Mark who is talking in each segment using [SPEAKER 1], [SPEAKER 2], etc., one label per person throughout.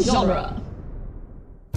[SPEAKER 1] genre.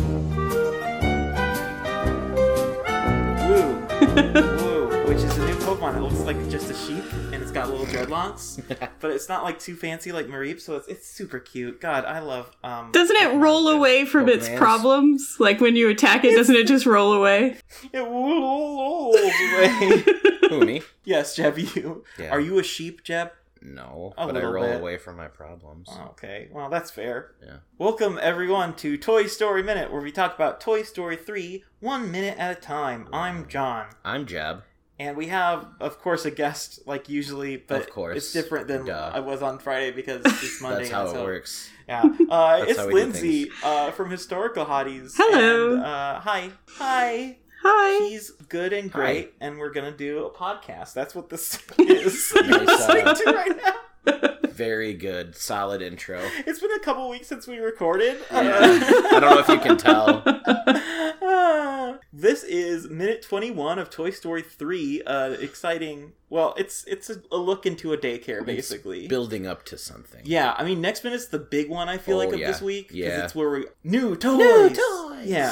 [SPEAKER 2] Woo. Woo. Which is a new Pokemon that looks like just a sheep and it's got little dreadlocks. But it's not like too fancy like Mareep, so it's it's super cute. God, I love um
[SPEAKER 3] Doesn't it roll away from its
[SPEAKER 4] Yes.
[SPEAKER 3] problems? Like when you attack it, doesn't it just roll away?
[SPEAKER 2] it rolls away.
[SPEAKER 4] Who, me?
[SPEAKER 2] yes, Jeb, you.
[SPEAKER 4] Yeah.
[SPEAKER 2] Are you a sheep, Jeb?
[SPEAKER 4] No.
[SPEAKER 2] A
[SPEAKER 4] but I
[SPEAKER 2] little
[SPEAKER 4] roll
[SPEAKER 2] bit. Oh.
[SPEAKER 4] away from my problems.
[SPEAKER 2] Okay, well that's fair.
[SPEAKER 4] Yeah.
[SPEAKER 2] Welcome everyone to Toy Story Minute, where we talk about Toy Story 3 one minute at a time. I'm John.
[SPEAKER 4] I'm Jeb.
[SPEAKER 2] And we have, of course, a guest like usually, but
[SPEAKER 4] Of course.
[SPEAKER 2] it's different than
[SPEAKER 4] Duh.
[SPEAKER 2] I was on Friday because it's Monday.
[SPEAKER 4] That's how
[SPEAKER 2] and
[SPEAKER 4] it
[SPEAKER 2] so-
[SPEAKER 4] works.
[SPEAKER 2] Yeah, uh,
[SPEAKER 4] That's
[SPEAKER 2] it's
[SPEAKER 4] how we do
[SPEAKER 2] Lindsay uh, from Historical Hotties.
[SPEAKER 3] Hello.
[SPEAKER 2] And, uh, hi, hi.
[SPEAKER 3] Hi.
[SPEAKER 2] She's good and great, and we're gonna do a podcast. That's what this is.
[SPEAKER 4] Nice, uh,
[SPEAKER 2] Do right now.
[SPEAKER 4] very good. Solid intro.
[SPEAKER 2] It's been a couple weeks since we recorded.
[SPEAKER 4] I don't know if you can tell.
[SPEAKER 2] Uh, this is minute 21 of Toy Story 3. Uh, exciting. Well, it's it's a, a look into a daycare, basically.
[SPEAKER 4] Building up to something.
[SPEAKER 2] Yeah, I mean, next minute's the big one. I feel
[SPEAKER 4] Oh,
[SPEAKER 2] like of
[SPEAKER 4] yeah.
[SPEAKER 2] this week because
[SPEAKER 4] Yeah.
[SPEAKER 2] it's where we new toys.
[SPEAKER 4] toys!
[SPEAKER 2] Yeah,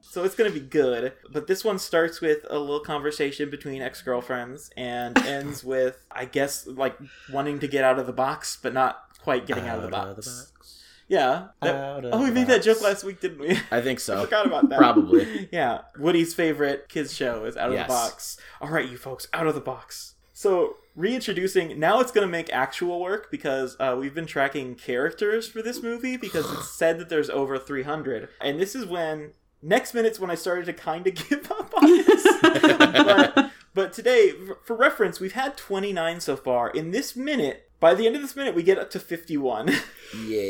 [SPEAKER 2] so it's gonna be good. But this one starts with a little conversation between ex girlfriends and ends with, I guess, like wanting to get out of the box, but not quite getting out, of, the box. Yeah. that-
[SPEAKER 4] Out of
[SPEAKER 2] oh, we
[SPEAKER 4] the
[SPEAKER 2] made that joke
[SPEAKER 4] box.
[SPEAKER 2] last week, didn't we?
[SPEAKER 4] I think so.
[SPEAKER 2] I forgot about that.
[SPEAKER 4] Probably.
[SPEAKER 2] Yeah. Woody's favorite kids show is Out of
[SPEAKER 4] Yes.
[SPEAKER 2] the Box. All right, you folks, Out of the Box. So reintroducing now, it's going to make actual work because uh, we've been tracking characters for this movie because it's said that there's over 300, and this is when next minute's when I started to kind of give up on this. but, but today, for- for reference, we've had 29 so far. In this minute, by the end of this minute, we get up to 51.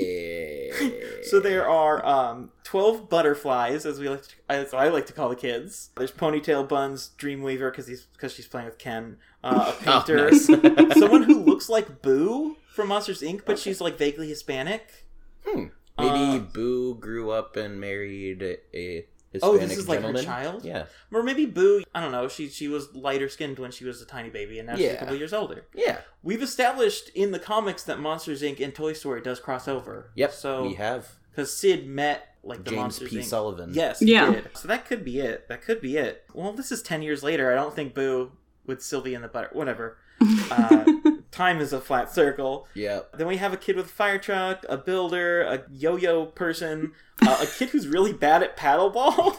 [SPEAKER 4] Yeah.
[SPEAKER 2] So there are um, twelve butterflies, as we like, to, as I like to call the kids. There's ponytail buns, Dreamweaver, because he's because she's playing with Ken, uh, a
[SPEAKER 4] Oh,
[SPEAKER 2] painter,
[SPEAKER 4] nice.
[SPEAKER 2] someone who looks like Boo from Monsters Inc., but she's like vaguely Hispanic.
[SPEAKER 4] Hmm. Maybe
[SPEAKER 2] Uh,
[SPEAKER 4] Boo grew up and married a Hispanic
[SPEAKER 2] Oh, this is like her
[SPEAKER 4] gentleman.
[SPEAKER 2] child?
[SPEAKER 4] Yeah.
[SPEAKER 2] Or maybe Boo. I don't know. She she was lighter skinned when she was a tiny baby, and now she's a
[SPEAKER 4] Yeah.
[SPEAKER 2] couple years older.
[SPEAKER 4] Yeah.
[SPEAKER 2] We've established in the comics that Monsters Inc. and Toy Story does cross over.
[SPEAKER 4] Yep.
[SPEAKER 2] So
[SPEAKER 4] we have
[SPEAKER 2] because Sid met like the
[SPEAKER 4] James
[SPEAKER 2] Monsters
[SPEAKER 4] P.
[SPEAKER 2] Inc.
[SPEAKER 4] Sullivan.
[SPEAKER 2] Yes, he
[SPEAKER 3] Yeah.
[SPEAKER 2] did. So that could be it. That could be it. Well, this is 10 years later. I don't think Boo with Sylvie and the Butter. Whatever. Uh, time is a flat circle.
[SPEAKER 4] Yep.
[SPEAKER 2] Then we have a kid with a fire truck, a builder, a yo yo person, uh, a kid who's really bad at paddleball,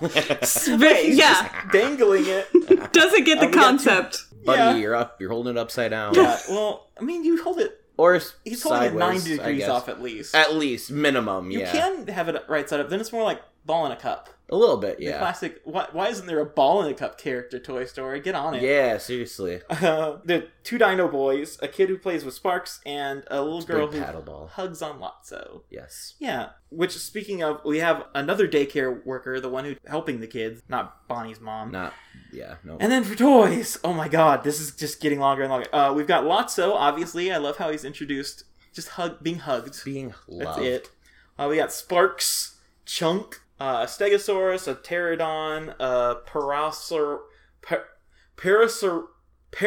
[SPEAKER 3] Ve- yeah.
[SPEAKER 2] dangling it.
[SPEAKER 3] Doesn't get
[SPEAKER 2] Oh,
[SPEAKER 3] the
[SPEAKER 2] we got two-
[SPEAKER 3] concept.
[SPEAKER 2] Yeah.
[SPEAKER 4] Buddy, you're up. You're holding it upside down.
[SPEAKER 2] Yeah, well, I mean, you hold it.
[SPEAKER 4] Or
[SPEAKER 2] He's holding
[SPEAKER 4] sideways,
[SPEAKER 2] it 90
[SPEAKER 4] I
[SPEAKER 2] degrees
[SPEAKER 4] guess.
[SPEAKER 2] off at least.
[SPEAKER 4] At least minimum.
[SPEAKER 2] you
[SPEAKER 4] yeah.
[SPEAKER 2] can have it right side up. Then it's more like ball in a cup.
[SPEAKER 4] A little bit.
[SPEAKER 2] The
[SPEAKER 4] Yeah.
[SPEAKER 2] classic. Why, why isn't there a ball in a cup character Toy Story? Get on it.
[SPEAKER 4] Yeah. Seriously.
[SPEAKER 2] Uh, the two Dino boys, a kid who plays with Sparks, and a little girl
[SPEAKER 4] Big
[SPEAKER 2] who
[SPEAKER 4] paddleball.
[SPEAKER 2] hugs on Lotso.
[SPEAKER 4] Yes.
[SPEAKER 2] Yeah. Which, speaking of, we have another daycare worker, the one who's helping the kids, not Bonnie's mom.
[SPEAKER 4] Not. Yeah. No.
[SPEAKER 2] And then for toys, oh my god, this is just getting longer and longer. Uh, we've got Lotso, obviously. I love how he's introduced, just hug, being hugged.
[SPEAKER 4] being
[SPEAKER 2] That's
[SPEAKER 4] loved.
[SPEAKER 2] it. Uh, we got Sparks, Chunk, uh, a Stegosaurus, a Pterodon, a Paracer, par- Paracer,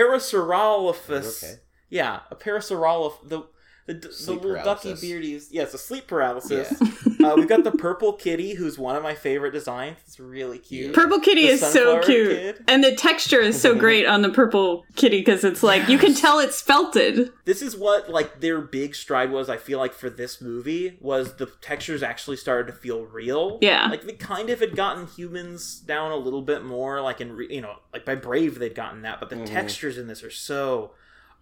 [SPEAKER 2] Paracerolophus.
[SPEAKER 4] Okay.
[SPEAKER 2] Yeah, a Paraceroloph. The the, the
[SPEAKER 4] Sleep
[SPEAKER 2] little ducky
[SPEAKER 4] paralysis.
[SPEAKER 2] beardies. Yes, a sleep paralysis. uh, we've got the purple kitty, who's one of my favorite designs. It's really cute.
[SPEAKER 3] Purple Kitty
[SPEAKER 2] The
[SPEAKER 3] is so
[SPEAKER 2] sunflower
[SPEAKER 3] cute.
[SPEAKER 2] kid.
[SPEAKER 3] And the texture is so great on the Purple Kitty because it's like, you can tell it's felted.
[SPEAKER 2] this is what like their big stride was i feel like for this movie was the textures actually started to feel real
[SPEAKER 3] Yeah.
[SPEAKER 2] like they kind of had gotten humans down a little bit more like in re- you know like by brave they'd gotten that but the
[SPEAKER 4] Mhm.
[SPEAKER 2] textures in this are so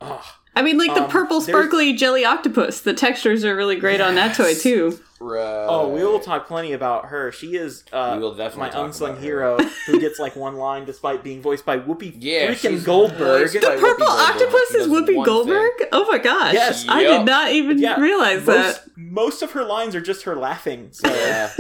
[SPEAKER 2] oh
[SPEAKER 3] I mean, like the
[SPEAKER 2] Um,
[SPEAKER 3] purple
[SPEAKER 2] there's-
[SPEAKER 3] sparkly jelly octopus. The textures are really great on that toy,
[SPEAKER 2] Yes.
[SPEAKER 3] too.
[SPEAKER 4] Right.
[SPEAKER 2] oh we will talk plenty about her she is uh
[SPEAKER 4] We will definitely
[SPEAKER 2] my
[SPEAKER 4] talk
[SPEAKER 2] unsung
[SPEAKER 4] about her.
[SPEAKER 2] hero who gets like one line despite being voiced by whoopi
[SPEAKER 4] Yeah,
[SPEAKER 2] freaking
[SPEAKER 4] she's
[SPEAKER 2] goldberg
[SPEAKER 4] voiced
[SPEAKER 3] The
[SPEAKER 4] by Whoopi
[SPEAKER 3] purple
[SPEAKER 4] Goldberg.
[SPEAKER 3] octopus
[SPEAKER 4] She
[SPEAKER 3] is
[SPEAKER 4] does
[SPEAKER 3] Whoopi
[SPEAKER 4] one
[SPEAKER 3] Goldberg? Oh my gosh.
[SPEAKER 2] Yes.
[SPEAKER 3] I
[SPEAKER 4] Yep.
[SPEAKER 3] did not even
[SPEAKER 2] most,
[SPEAKER 3] realize that.
[SPEAKER 2] most of her lines are just her laughing so
[SPEAKER 4] Yeah.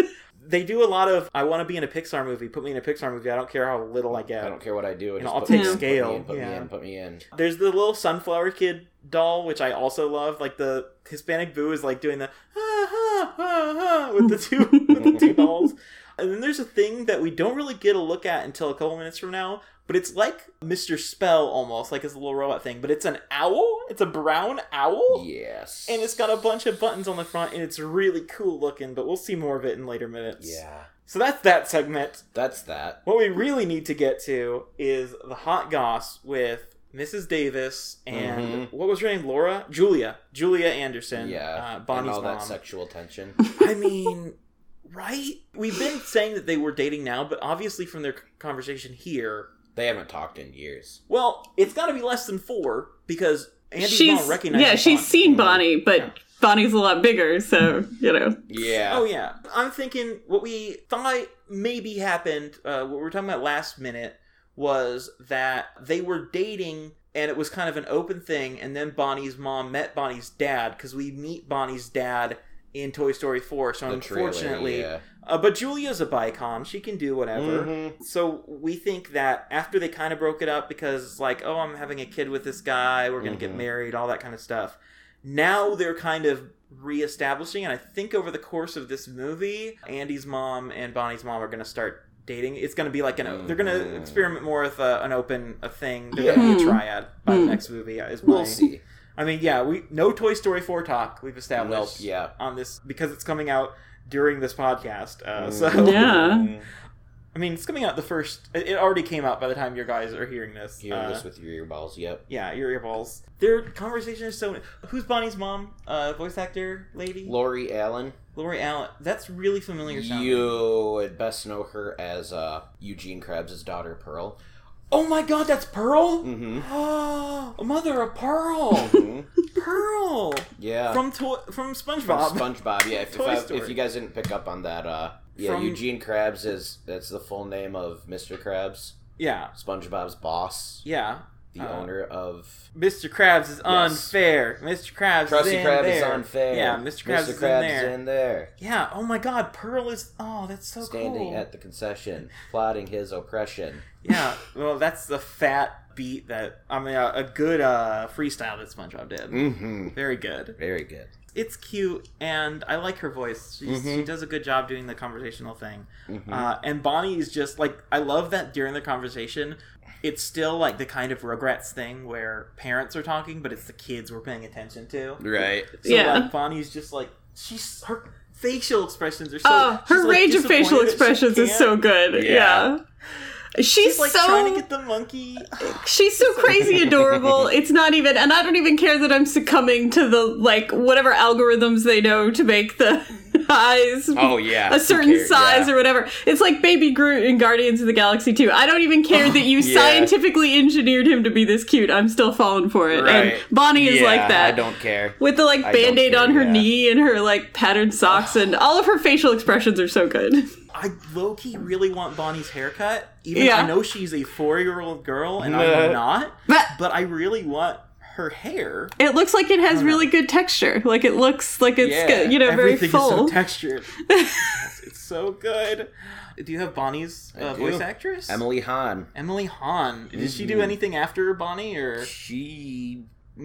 [SPEAKER 2] they do a lot of I want to be in a Pixar movie. Put me in a Pixar movie. I don't care how little I get.
[SPEAKER 4] I don't care what I do.
[SPEAKER 2] You
[SPEAKER 4] Just
[SPEAKER 2] know, I'll
[SPEAKER 4] put
[SPEAKER 2] take
[SPEAKER 4] me in,
[SPEAKER 2] scale,
[SPEAKER 4] Put me in. Put me
[SPEAKER 2] yeah.
[SPEAKER 4] in. Put me in.
[SPEAKER 2] There's the little sunflower kid doll, which I also love. Like the Hispanic boo is like doing the ah, ah, ah, ah, with the two with the two dolls. And then there's a thing that we don't really get a look at until a couple minutes from now. But it's like Mr. Spell almost, like his little robot thing, but it's an owl. It's a brown owl.
[SPEAKER 4] Yes.
[SPEAKER 2] And it's got a bunch of buttons on the front, and it's really cool looking, but we'll see more of it in later minutes.
[SPEAKER 4] Yeah.
[SPEAKER 2] So that's that segment.
[SPEAKER 4] That's that.
[SPEAKER 2] What we really need to get to is the hot goss with Mrs. Davis and what was her name? Laura? Julia. Julia Anderson.
[SPEAKER 4] Mm-hmm. yeah.
[SPEAKER 2] Uh,
[SPEAKER 4] and
[SPEAKER 2] Bonnie's
[SPEAKER 4] all
[SPEAKER 2] mom.
[SPEAKER 4] that sexual tension.
[SPEAKER 2] I mean, right? We've been saying that they were dating now, but obviously from their conversation here,
[SPEAKER 4] they haven't talked in years.
[SPEAKER 2] well, it's got to be less than four because Andy's
[SPEAKER 3] she's
[SPEAKER 2] mom recognizes.
[SPEAKER 3] yeah, she's
[SPEAKER 2] Bonnie.
[SPEAKER 3] seen Bonnie, but
[SPEAKER 2] Yeah.
[SPEAKER 3] Bonnie's a lot bigger, so you know.
[SPEAKER 4] Yeah.
[SPEAKER 2] Oh yeah, I'm thinking what we thought maybe happened. Uh, what we were talking about last minute was that they were dating, and it was kind of an open thing. And then Bonnie's mom met Bonnie's dad because we meet Bonnie's dad in Toy Story 4. So
[SPEAKER 4] The trailer,
[SPEAKER 2] unfortunately,
[SPEAKER 4] yeah.
[SPEAKER 2] uh, but Julia's a bicon; she can do whatever.
[SPEAKER 4] Mhm.
[SPEAKER 2] So we think that after they kind of broke it up because it's like, oh, I'm having a kid with this guy, we're gonna get
[SPEAKER 4] Mhm.
[SPEAKER 2] married, all that kind of stuff. Now they're kind of reestablishing, and I think over the course of this movie, Andy's mom and Bonnie's mom are gonna start dating. It's gonna be like an they're gonna
[SPEAKER 4] Mhm.
[SPEAKER 2] experiment more with a, an open a thing. They're
[SPEAKER 4] Yeah. Mm-hmm.
[SPEAKER 2] gonna be a
[SPEAKER 3] Hmm.
[SPEAKER 2] triad by the
[SPEAKER 3] Hmm.
[SPEAKER 2] next movie. uh, Is my,
[SPEAKER 4] We'll see.
[SPEAKER 2] I mean, yeah, we no Toy Story four talk we've established
[SPEAKER 4] Nope. Yeah.
[SPEAKER 2] on this because it's coming out during this podcast. Uh,
[SPEAKER 4] Mhm.
[SPEAKER 2] so
[SPEAKER 3] Yeah.
[SPEAKER 2] I mean, it's coming out the first. It it already came out by the time your guys are hearing this.
[SPEAKER 4] Hearing
[SPEAKER 2] Uh,
[SPEAKER 4] this with your earballs. Yep.
[SPEAKER 2] yeah, your earballs. Their conversation is so. Who's Bonnie's mom? Uh, voice actor lady,
[SPEAKER 4] Lori Allen.
[SPEAKER 2] Lori Allen. That's really familiar sounding.
[SPEAKER 4] You would best know her as uh, Eugene Krabs' daughter, Pearl.
[SPEAKER 2] Oh my God, that's Pearl.
[SPEAKER 4] Mm-hmm.
[SPEAKER 2] Oh, mother of Pearl, Pearl
[SPEAKER 4] yeah.
[SPEAKER 2] from to- from
[SPEAKER 4] From
[SPEAKER 2] SpongeBob.
[SPEAKER 4] SpongeBob. Yeah. If, if,
[SPEAKER 2] Toy
[SPEAKER 4] I-
[SPEAKER 2] Story.
[SPEAKER 4] if you guys didn't pick up on that, uh, yeah,
[SPEAKER 2] From-
[SPEAKER 4] Eugene Krabs is that's the full name of Mr. Krabs,
[SPEAKER 2] yeah,
[SPEAKER 4] SpongeBob's boss,
[SPEAKER 2] yeah.
[SPEAKER 4] the
[SPEAKER 2] Uh,
[SPEAKER 4] owner of.
[SPEAKER 2] Mr. Krabs is unfair. Mr. Krabs is
[SPEAKER 4] Krusty
[SPEAKER 2] in
[SPEAKER 4] Krab is
[SPEAKER 2] there.
[SPEAKER 4] unfair.
[SPEAKER 2] Yeah, Mr. Krabs, is in there.
[SPEAKER 4] in there,
[SPEAKER 2] Yeah. Oh my God, Pearl is. Oh, that's so
[SPEAKER 4] standing
[SPEAKER 2] cool.
[SPEAKER 4] at the concession, plotting his oppression.
[SPEAKER 2] Yeah, well, that's the fat beat that I mean, a, a good uh, freestyle that SpongeBob did.
[SPEAKER 4] Mm-hmm.
[SPEAKER 2] Very good.
[SPEAKER 4] Very good.
[SPEAKER 2] It's cute, and I like her voice. She's,
[SPEAKER 4] Mhm.
[SPEAKER 2] She does a good job doing the conversational thing.
[SPEAKER 4] Mhm.
[SPEAKER 2] Uh, and Bonnie is just like I love that during the conversation, it's still like the kind of Rugrats thing where parents are talking, but it's the kids we're paying attention to.
[SPEAKER 4] right.
[SPEAKER 2] So,
[SPEAKER 3] Yeah.
[SPEAKER 2] like, Bonnie's just like she's her facial expressions are so.
[SPEAKER 3] oh,
[SPEAKER 2] she's,
[SPEAKER 3] her
[SPEAKER 2] like,
[SPEAKER 3] range of facial
[SPEAKER 2] disappointed that she
[SPEAKER 3] expressions is
[SPEAKER 2] can't.
[SPEAKER 3] so good.
[SPEAKER 4] Yeah.
[SPEAKER 3] Yeah. She's,
[SPEAKER 2] She's like
[SPEAKER 3] so
[SPEAKER 2] trying to get the monkey.
[SPEAKER 3] she's so crazy adorable. It's not even, and I don't even care that I'm succumbing to the like whatever algorithms they know to make the eyes
[SPEAKER 4] Oh yeah.
[SPEAKER 3] a certain size or whatever. It's like Baby Groot in Guardians of the Galaxy 2. I don't even care that you
[SPEAKER 4] Yeah.
[SPEAKER 3] scientifically engineered him to be this cute. I'm still falling for it.
[SPEAKER 4] Right.
[SPEAKER 3] And Bonnie is like that.
[SPEAKER 4] I don't care.
[SPEAKER 3] With the like
[SPEAKER 4] I don't
[SPEAKER 3] band aid
[SPEAKER 4] care,
[SPEAKER 3] on her
[SPEAKER 4] yeah.
[SPEAKER 3] knee and her like patterned socks and all of her facial expressions are so good.
[SPEAKER 2] I low key really want Bonnie's haircut. Even
[SPEAKER 3] Yeah.
[SPEAKER 2] I know she's a four year old girl and I'm
[SPEAKER 4] Nah.
[SPEAKER 2] not,
[SPEAKER 3] But
[SPEAKER 2] but I really want her hair.
[SPEAKER 3] it looks like it has really good texture. Like it looks like it's
[SPEAKER 4] Yeah.
[SPEAKER 3] good, you know, very
[SPEAKER 2] Everything is so
[SPEAKER 3] full.
[SPEAKER 2] textured. Yes, it's so good. Do you have Bonnie's
[SPEAKER 4] I
[SPEAKER 2] uh,
[SPEAKER 4] do.
[SPEAKER 2] voice actress?
[SPEAKER 4] Emily Hahn.
[SPEAKER 2] Emily Hahn. Did she do
[SPEAKER 4] Mhm.
[SPEAKER 2] anything after Bonnie or
[SPEAKER 4] She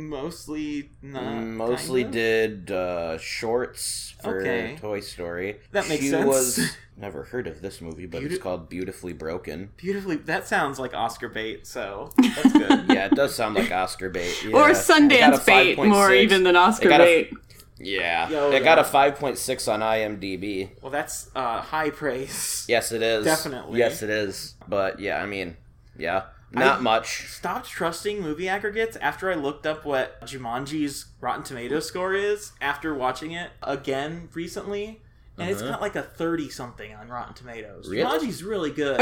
[SPEAKER 2] mostly not?
[SPEAKER 4] Mm, mostly
[SPEAKER 2] uh, kinda?
[SPEAKER 4] did uh, shorts for
[SPEAKER 2] Okay.
[SPEAKER 4] Toy Story.
[SPEAKER 2] That makes
[SPEAKER 4] she
[SPEAKER 2] sense.
[SPEAKER 4] Was never heard of this movie, but
[SPEAKER 2] Beauti-
[SPEAKER 4] it's called Beautifully Broken.
[SPEAKER 2] Beautifully. That sounds like Oscar bait, so that's good.
[SPEAKER 4] Yeah, it does sound like Oscar bait. Yeah.
[SPEAKER 3] Or
[SPEAKER 4] It got a
[SPEAKER 3] Sundance bait, more
[SPEAKER 4] 5.6.
[SPEAKER 3] even than Oscar
[SPEAKER 4] It got a-
[SPEAKER 3] bait.
[SPEAKER 4] Yeah,
[SPEAKER 2] Yo,
[SPEAKER 4] it got
[SPEAKER 2] yeah.
[SPEAKER 4] a five point six on IMDb.
[SPEAKER 2] well, that's uh, high praise.
[SPEAKER 4] Yes, it is
[SPEAKER 2] Definitely.
[SPEAKER 4] Yes, it is. But yeah, I mean, yeah, not
[SPEAKER 2] I-
[SPEAKER 4] much.
[SPEAKER 2] stopped trusting movie aggregates after I looked up what Jumanji's Rotten Tomato score is after watching it again recently. And it's
[SPEAKER 4] Uh-huh.
[SPEAKER 2] got like a 30 something on Rotten Tomatoes.
[SPEAKER 4] Really?
[SPEAKER 2] Jumanji's really good.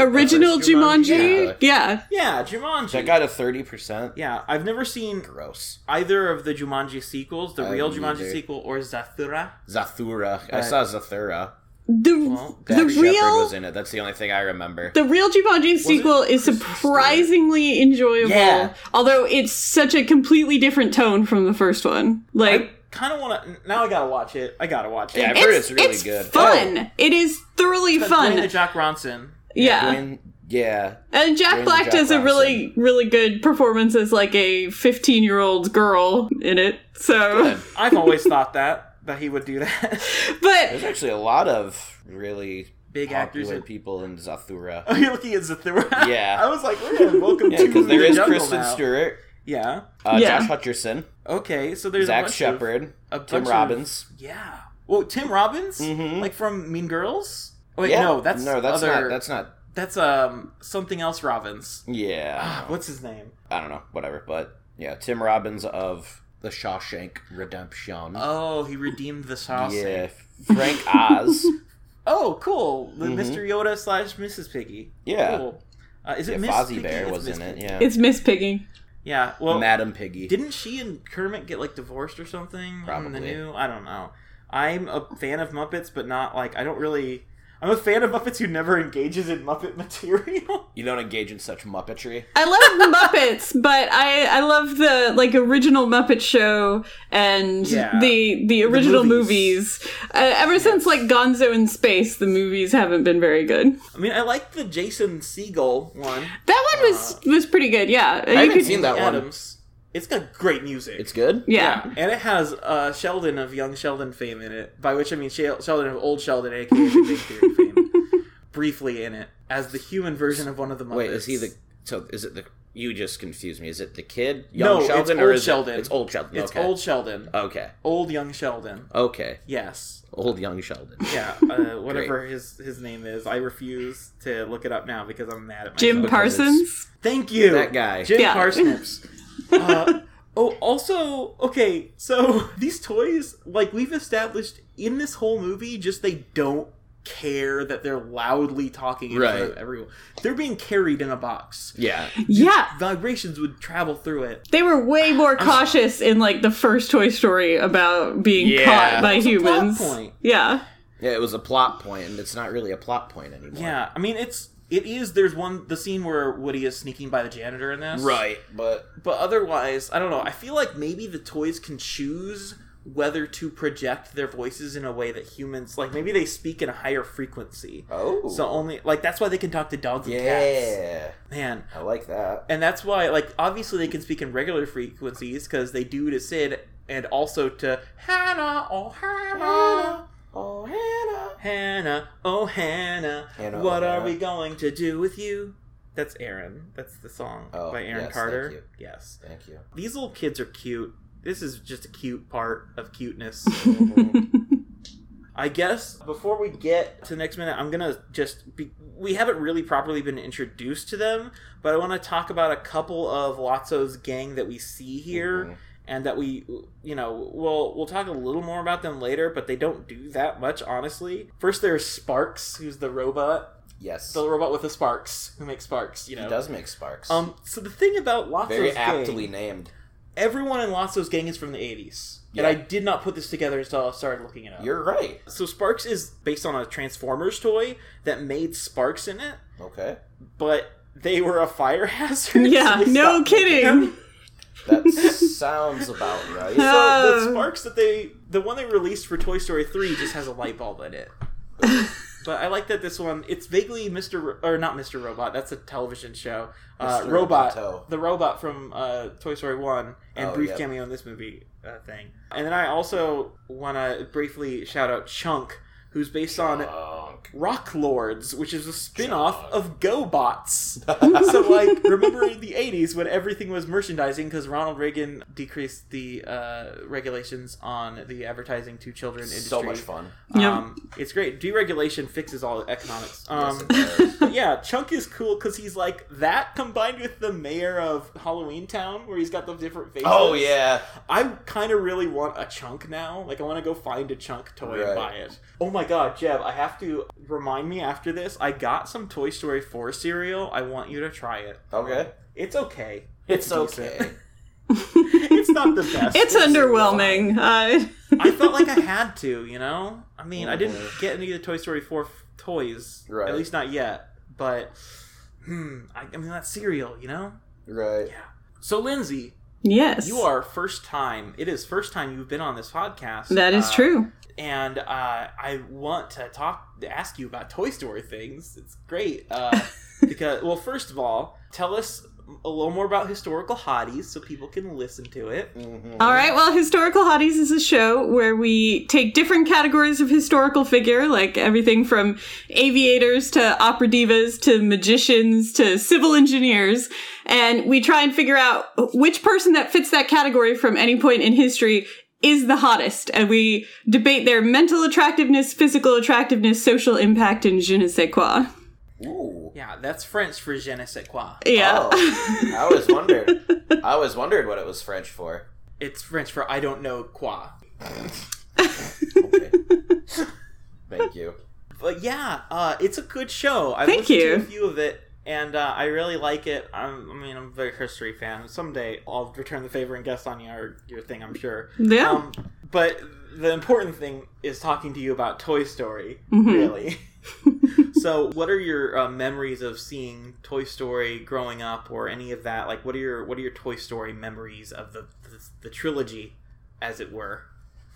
[SPEAKER 2] The
[SPEAKER 3] Original
[SPEAKER 2] first
[SPEAKER 3] Jumanji?
[SPEAKER 4] Jumanji.
[SPEAKER 3] Yeah.
[SPEAKER 2] Yeah, Jumanji.
[SPEAKER 4] That got a thirty percent.
[SPEAKER 2] yeah, I've never seen
[SPEAKER 4] Gross.
[SPEAKER 2] either of the Jumanji sequels, the
[SPEAKER 4] I
[SPEAKER 2] real
[SPEAKER 4] haven't
[SPEAKER 2] Jumanji
[SPEAKER 4] either.
[SPEAKER 2] sequel or Zathura.
[SPEAKER 4] Zathura. I
[SPEAKER 2] But-
[SPEAKER 4] saw Zathura.
[SPEAKER 3] The
[SPEAKER 2] Well,
[SPEAKER 4] Dak
[SPEAKER 3] the
[SPEAKER 4] Shepard
[SPEAKER 3] real
[SPEAKER 4] was in it. That's the only thing I remember.
[SPEAKER 3] The real Jumanji sequel is surprisingly enjoyable,
[SPEAKER 4] Yeah.
[SPEAKER 3] although it's such a completely different tone from the first one.
[SPEAKER 2] I
[SPEAKER 3] Like
[SPEAKER 2] kind of want to. Now I gotta watch it. I gotta watch it.
[SPEAKER 4] Yeah, I've heard it's really good. Oh.
[SPEAKER 3] Fun. It is thoroughly
[SPEAKER 2] But
[SPEAKER 3] fun.
[SPEAKER 2] Dwayne the Jock Ronson.
[SPEAKER 3] yeah,
[SPEAKER 4] Dwayne- yeah.
[SPEAKER 3] and Jack
[SPEAKER 4] Dwayne the
[SPEAKER 3] Black
[SPEAKER 4] Jack
[SPEAKER 3] does a really,
[SPEAKER 4] Robinson.
[SPEAKER 3] really good performance as like a fifteen-year-old girl in it. So,
[SPEAKER 4] Good.
[SPEAKER 2] I've always thought that that he would do that.
[SPEAKER 3] but
[SPEAKER 4] There's actually a lot of really
[SPEAKER 2] big actors.
[SPEAKER 4] popular
[SPEAKER 2] Are...
[SPEAKER 4] people in Zathura.
[SPEAKER 2] Oh, you're looking at Zathura.
[SPEAKER 4] Yeah.
[SPEAKER 2] I was like, man, welcome
[SPEAKER 4] yeah,
[SPEAKER 2] to
[SPEAKER 4] because there
[SPEAKER 2] the
[SPEAKER 4] is
[SPEAKER 2] jungle
[SPEAKER 4] Kristen
[SPEAKER 2] now.
[SPEAKER 4] Stewart,
[SPEAKER 2] Yeah.
[SPEAKER 4] uh,
[SPEAKER 3] Yeah.
[SPEAKER 4] Josh Hutcherson,
[SPEAKER 2] Okay, so there's a
[SPEAKER 4] Zach
[SPEAKER 2] bunch of-
[SPEAKER 4] Shepard,
[SPEAKER 2] a
[SPEAKER 4] Tim
[SPEAKER 2] bunch of-
[SPEAKER 4] Robbins.
[SPEAKER 2] yeah. Well, Tim Robbins,
[SPEAKER 4] Mhm.
[SPEAKER 2] like from Mean Girls. Oh, Wait,
[SPEAKER 4] Yeah.
[SPEAKER 2] no, that's
[SPEAKER 4] no, that's
[SPEAKER 2] other,
[SPEAKER 4] not. That's not.
[SPEAKER 2] that's um something else. Robbins.
[SPEAKER 4] Yeah,
[SPEAKER 2] Ah, What's his name?
[SPEAKER 4] I don't know. Whatever, but yeah, Tim Robbins of The Shawshank Redemption.
[SPEAKER 2] Oh, he redeemed the sauce.
[SPEAKER 4] yeah, Frank Oz.
[SPEAKER 2] Oh, cool. The
[SPEAKER 4] Mhm.
[SPEAKER 2] Mr. Yoda slash Mrs. Piggy.
[SPEAKER 4] Yeah.
[SPEAKER 2] Cool. Uh, is
[SPEAKER 4] yeah,
[SPEAKER 2] it Miss
[SPEAKER 4] Fozzie
[SPEAKER 2] Piggy?
[SPEAKER 4] Bear
[SPEAKER 2] It's
[SPEAKER 4] was
[SPEAKER 2] Miss
[SPEAKER 4] in it.
[SPEAKER 2] Piggy.
[SPEAKER 4] Yeah,
[SPEAKER 3] It's Miss Piggy.
[SPEAKER 2] Yeah. Well,
[SPEAKER 4] Madam Piggy.
[SPEAKER 2] didn't she and Kermit get like divorced or something? In the
[SPEAKER 4] Probably.
[SPEAKER 2] new, I don't know. I'm a fan of Muppets, but not like I don't really. I'm a fan of Muppets who never engages in Muppet material.
[SPEAKER 4] you don't engage in such muppetry.
[SPEAKER 3] I love the Muppets, but I I love the like original Muppet Show and
[SPEAKER 2] Yeah.
[SPEAKER 3] the the original
[SPEAKER 2] movies.
[SPEAKER 3] movies. Uh, ever since like Gonzo in Space, the movies haven't been very good.
[SPEAKER 2] I mean, I like the Jason Siegel one.
[SPEAKER 3] That one was was pretty good. Yeah,
[SPEAKER 4] I
[SPEAKER 3] you
[SPEAKER 4] haven't
[SPEAKER 3] could.
[SPEAKER 4] seen that one.
[SPEAKER 2] Adams. It's got great music.
[SPEAKER 4] It's good.
[SPEAKER 3] yeah.
[SPEAKER 2] and it has uh, Sheldon of young Sheldon fame in it. By which I mean Shel- Sheldon of old Sheldon, aka the Big Theory fame, briefly in it as the human version of one of the Muppets.
[SPEAKER 4] Wait, is he the? So is it the? You just confused me. Is it the kid,
[SPEAKER 2] No,
[SPEAKER 4] young
[SPEAKER 2] it's
[SPEAKER 4] Sheldon,
[SPEAKER 2] old
[SPEAKER 4] or is
[SPEAKER 2] Sheldon.
[SPEAKER 4] It, it's old Sheldon?
[SPEAKER 2] It's
[SPEAKER 4] okay. Uh,
[SPEAKER 2] old Sheldon,
[SPEAKER 4] Okay.
[SPEAKER 2] old young Sheldon.
[SPEAKER 4] Okay.
[SPEAKER 2] Yes,
[SPEAKER 4] Old young Sheldon.
[SPEAKER 2] yeah, uh, whatever his his name is. I refuse to look it up now because I'm mad at myself.
[SPEAKER 3] Jim
[SPEAKER 4] Because
[SPEAKER 3] Parsons.
[SPEAKER 2] Thank you.
[SPEAKER 4] That guy.
[SPEAKER 2] Jim
[SPEAKER 3] Yeah.
[SPEAKER 2] Parsnips. uh, oh, also, okay, so these toys, like we've established in this whole movie, just they don't care that they're loudly talking in front of
[SPEAKER 4] Right.
[SPEAKER 2] everyone. They're being carried in a box.
[SPEAKER 4] Yeah.
[SPEAKER 3] Yeah,
[SPEAKER 2] Vibrations would travel through it.
[SPEAKER 3] they were way more cautious in like the first Toy Story about being
[SPEAKER 4] Yeah.
[SPEAKER 3] caught by
[SPEAKER 2] It's a plot
[SPEAKER 3] humans.
[SPEAKER 2] point.
[SPEAKER 3] Yeah.
[SPEAKER 4] Yeah, it was a plot point, and it's not really a plot point anymore.
[SPEAKER 2] Yeah, I mean it's it is there's one the scene where Woody is sneaking by the janitor in this.
[SPEAKER 4] Right, but
[SPEAKER 2] But otherwise, I don't know. I feel like maybe the toys can choose whether to project their voices in a way that humans like maybe they speak in a higher frequency.
[SPEAKER 4] oh,
[SPEAKER 2] So only like that's why they can talk to dogs and cats.
[SPEAKER 4] yeah,
[SPEAKER 2] Man.
[SPEAKER 4] I like that.
[SPEAKER 2] And that's why like obviously they can speak in regular frequencies cuz they do to Sid and also to Hannah, oh Hannah.
[SPEAKER 4] Oh, Hannah.
[SPEAKER 2] Hannah, oh Hannah,
[SPEAKER 4] Hannah,
[SPEAKER 2] what
[SPEAKER 4] oh,
[SPEAKER 2] are
[SPEAKER 4] Hannah.
[SPEAKER 2] we going to do with you? That's Aaron. That's the song
[SPEAKER 4] Oh,
[SPEAKER 2] by Aaron
[SPEAKER 4] yes, thank
[SPEAKER 2] Carter.
[SPEAKER 4] you.
[SPEAKER 2] Yes.
[SPEAKER 4] Thank you.
[SPEAKER 2] These little kids are cute. This is just a cute part of cuteness. I guess before we get to the next minute, I'm gonna just be, we haven't really properly been introduced to them, but I want to talk about a couple of Lotso's gang that we see here,
[SPEAKER 4] Mhm.
[SPEAKER 2] and that we, you know, we'll we'll talk a little more about them later, but they don't do that much, honestly. First, there's Sparks, who's the robot,
[SPEAKER 4] Yes,
[SPEAKER 2] the robot with the sparks, who makes sparks, you know.
[SPEAKER 4] he does make sparks.
[SPEAKER 2] Um, so the thing about Lotso's
[SPEAKER 4] very
[SPEAKER 2] gang-
[SPEAKER 4] aptly named.
[SPEAKER 2] everyone in Lotso's gang is from the 80s. And
[SPEAKER 4] Yeah.
[SPEAKER 2] I did not put this together until I started looking it up.
[SPEAKER 4] You're right.
[SPEAKER 2] so Sparks is based on a Transformers toy that made Sparks in it,
[SPEAKER 4] Okay,
[SPEAKER 2] but they were a fire hazard.
[SPEAKER 3] yeah,
[SPEAKER 2] so they
[SPEAKER 3] no
[SPEAKER 2] stopped making
[SPEAKER 3] kidding.
[SPEAKER 2] them.
[SPEAKER 4] that sounds about right.
[SPEAKER 2] So the
[SPEAKER 3] Oh.
[SPEAKER 2] Sparks that they, the one they released for Toy Story 3 just has a light bulb in it. But I like that this one, it's vaguely Mr. Ro- or not Mr. Robot, that's a television show. Uh,
[SPEAKER 4] Mr.
[SPEAKER 2] Robot,
[SPEAKER 4] Roboto.
[SPEAKER 2] the robot from uh, Toy Story 1 and
[SPEAKER 4] Oh,
[SPEAKER 2] brief
[SPEAKER 4] yeah.
[SPEAKER 2] cameo in this movie uh, thing. And then I also want to briefly shout out Chunk, who's based on
[SPEAKER 4] Bonk.
[SPEAKER 2] Rock Lords, which is a spin off of GoBots. so, like, remember in the 80s when everything was merchandising because Ronald Reagan decreased the uh, regulations on the advertising to children industry.
[SPEAKER 4] So much fun.
[SPEAKER 3] Yep.
[SPEAKER 2] Um, it's great. Deregulation fixes all economics.
[SPEAKER 4] Yes,
[SPEAKER 2] Um,
[SPEAKER 4] it does.
[SPEAKER 2] but yeah, Chunk is cool because he's like that combined with the mayor of Halloween Town, where he's got the different faces.
[SPEAKER 4] oh yeah,
[SPEAKER 2] I kind of really want a Chunk now. Like, I want to go find a Chunk toy and
[SPEAKER 4] Right.
[SPEAKER 2] buy it. Oh my god, Jeb, I have to remind me after this. I got some Toy Story Four cereal. I want you to try it.
[SPEAKER 4] okay.
[SPEAKER 2] It's okay.
[SPEAKER 4] It's
[SPEAKER 2] decent.
[SPEAKER 4] okay.
[SPEAKER 2] it's not the best.
[SPEAKER 3] It's underwhelming. Uh,
[SPEAKER 2] I felt like I had to, you know? I mean, I didn't get any of the Toy Story 4 f- toys.
[SPEAKER 4] Mm-hmm. Right.
[SPEAKER 2] At least not yet. But, hmm, I, I mean, that's cereal, you know?
[SPEAKER 4] right.
[SPEAKER 2] So, Lindsay,
[SPEAKER 3] yes,
[SPEAKER 2] you are first time. It is first time you've been on this podcast.
[SPEAKER 3] That is
[SPEAKER 2] Uh,
[SPEAKER 3] true.
[SPEAKER 2] And uh, I want to talk, to ask you about Toy Story things. It's great. Uh, because, well, first of all, tell us a little more about historical hotties so people can listen to it.
[SPEAKER 3] Mm.
[SPEAKER 4] Mhm.
[SPEAKER 3] All right. Well, Historical Hotties is a show where we take different categories of historical figure, like everything from aviators to opera divas to magicians to civil engineers, and we try and figure out which person that fits that category from any point in history is the hottest, and we debate their mental attractiveness, physical attractiveness, social impact, and je ne sais quoi.
[SPEAKER 4] Ooh.
[SPEAKER 2] Yeah, that's French for je ne sais quoi.
[SPEAKER 3] Yeah.
[SPEAKER 4] Oh, I always wondered. I always wondered what it was French for.
[SPEAKER 2] It's French for I don't know quoi.
[SPEAKER 4] Okay. Thank you.
[SPEAKER 2] But yeah, uh, it's a good show. I
[SPEAKER 3] Thank
[SPEAKER 2] listened
[SPEAKER 3] you.
[SPEAKER 2] to a few of it, and uh, I really like it. I'm, I mean, I'm a big history fan. Someday I'll return the favor and guest on your your thing. I'm sure.
[SPEAKER 3] yeah.
[SPEAKER 2] Um, but the important thing is talking to you about Toy Story,
[SPEAKER 3] Mhm.
[SPEAKER 2] really. so, what are your uh, memories of seeing Toy Story growing up, or any of that? Like, what are your what are your Toy Story memories of the the, the trilogy, as it were?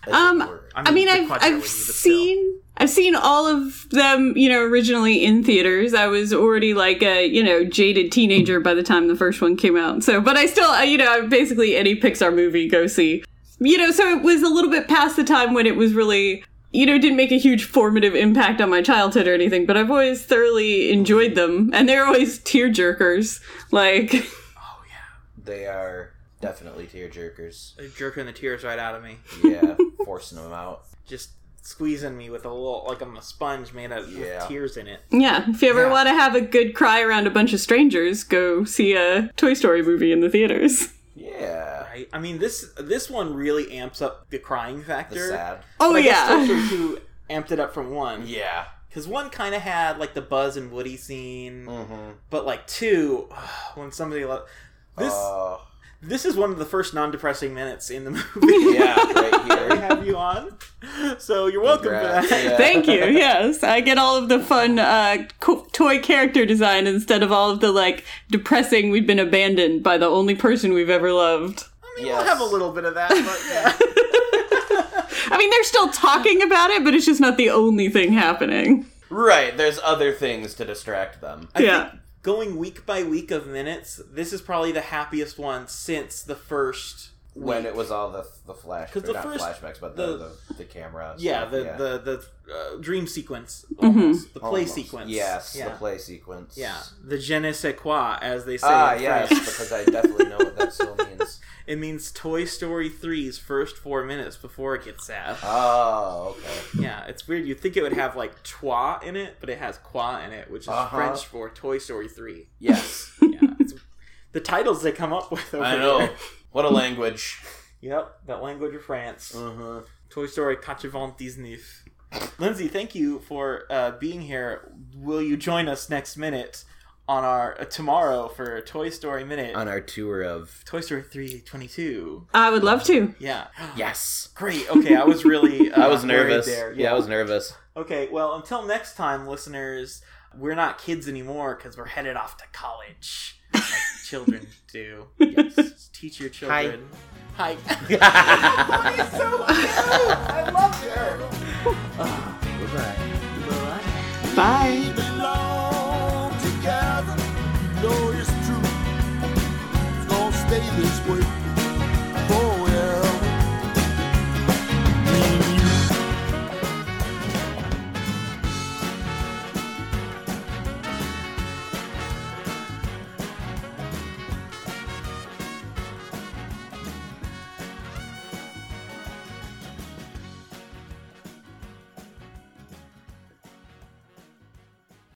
[SPEAKER 4] As
[SPEAKER 3] Um,
[SPEAKER 4] it were.
[SPEAKER 3] I mean,
[SPEAKER 2] the
[SPEAKER 3] I've
[SPEAKER 2] quadrilogy,
[SPEAKER 3] I've
[SPEAKER 2] but still.
[SPEAKER 3] seen I've seen all of them, you know, originally in theaters. I was already like a you know jaded teenager by the time the first one came out. So, but I still, I- you know, I basically any Pixar movie go see. You know, so it was a little bit past the time when it was really, you know, didn't make a huge formative impact on my childhood or anything. But I've always thoroughly enjoyed them, and they're always tear jerkers. Like,
[SPEAKER 2] Oh yeah,
[SPEAKER 4] they are definitely tear jerkers.
[SPEAKER 2] They're jerking the tears right out of me,
[SPEAKER 4] Yeah, forcing them out.
[SPEAKER 2] just squeezing me with a little like I'm a sponge made out
[SPEAKER 4] Yeah.
[SPEAKER 2] with tears in it.
[SPEAKER 3] yeah, if you ever
[SPEAKER 2] Yeah.
[SPEAKER 3] want to have a good cry around a bunch of strangers, go see a Toy Story movie in the theaters.
[SPEAKER 4] Yeah.
[SPEAKER 2] Right? I mean this this one really amps up the crying
[SPEAKER 4] The
[SPEAKER 2] factor.
[SPEAKER 4] sad.
[SPEAKER 3] Oh
[SPEAKER 2] Like, I guess Toy
[SPEAKER 3] yeah.
[SPEAKER 2] Story two amped it up from one.
[SPEAKER 4] Yeah.
[SPEAKER 2] Because one kind of had like the Buzz and Woody scene,
[SPEAKER 4] Mm-hmm.
[SPEAKER 2] but like two, when somebody lo- this
[SPEAKER 4] Oh,
[SPEAKER 2] this is one of the first non-depressing minutes in the movie.
[SPEAKER 4] yeah, right
[SPEAKER 2] we
[SPEAKER 4] here.
[SPEAKER 2] have you on, so you're welcome
[SPEAKER 4] Congrats.
[SPEAKER 2] for that.
[SPEAKER 4] Yeah.
[SPEAKER 3] Thank you. Yes, I get all of the fun uh, co- toy character design instead of all of the like depressing. We've been abandoned by the only person we've ever loved.
[SPEAKER 2] I mean,
[SPEAKER 4] Yes.
[SPEAKER 2] we'll have a little bit of that, but yeah.
[SPEAKER 3] I mean, they're still talking about it, but it's just not the only thing happening.
[SPEAKER 4] Right, there's other things to distract them.
[SPEAKER 2] I
[SPEAKER 3] yeah.
[SPEAKER 2] think going week by week of minutes, this is probably the happiest one since the first.
[SPEAKER 4] When
[SPEAKER 2] week.
[SPEAKER 4] it was all the the flash,
[SPEAKER 2] 'Cause the
[SPEAKER 4] not
[SPEAKER 2] first-
[SPEAKER 4] flashbacks, but
[SPEAKER 2] the-
[SPEAKER 4] the the, the, camera.
[SPEAKER 2] yeah,
[SPEAKER 4] stuff,
[SPEAKER 2] the
[SPEAKER 4] yeah.
[SPEAKER 2] the the uh, dream sequence, almost. the play
[SPEAKER 4] Almost.
[SPEAKER 2] sequence,
[SPEAKER 4] Yes,
[SPEAKER 2] yeah.
[SPEAKER 4] the play sequence.
[SPEAKER 2] Yeah, the je ne sais quoi, as they say.
[SPEAKER 4] Ah,
[SPEAKER 2] in
[SPEAKER 4] yes,
[SPEAKER 2] French.
[SPEAKER 4] because I definitely know what that still means.
[SPEAKER 2] It means Toy Story 3's first four minutes before it gets sad.
[SPEAKER 4] Oh, okay.
[SPEAKER 2] Yeah, it's weird. You'd think it would have like trois in it, but it has qua in it, which is
[SPEAKER 4] Uh-huh.
[SPEAKER 2] French for Toy Story 3.
[SPEAKER 4] Yes,
[SPEAKER 2] Yeah, it's, the titles they come up with over
[SPEAKER 4] I know.
[SPEAKER 2] there.
[SPEAKER 4] What a language.
[SPEAKER 2] Yep, that language of France.
[SPEAKER 4] Uh-huh.
[SPEAKER 2] Toy Story 99. Lindsay, thank you for uh, being here. Will you join us next minute on our uh, tomorrow for Toy Story Minute?
[SPEAKER 4] On our tour of
[SPEAKER 2] Toy Story 322.
[SPEAKER 3] I would love to.
[SPEAKER 2] Yeah.
[SPEAKER 4] yes,
[SPEAKER 2] Great. Okay, I was really uh,
[SPEAKER 4] I was
[SPEAKER 2] worried
[SPEAKER 4] nervous.
[SPEAKER 2] There.
[SPEAKER 4] Yeah. I was nervous.
[SPEAKER 2] Okay, well, until next time, listeners, we're not kids anymore because we're headed off to college. Like children do. Yes. Teach your children. Hi. She's so cute. I love her.
[SPEAKER 4] Goodbye.
[SPEAKER 3] Bye.
[SPEAKER 1] belong together. No, it's true. It's gonna stay this way.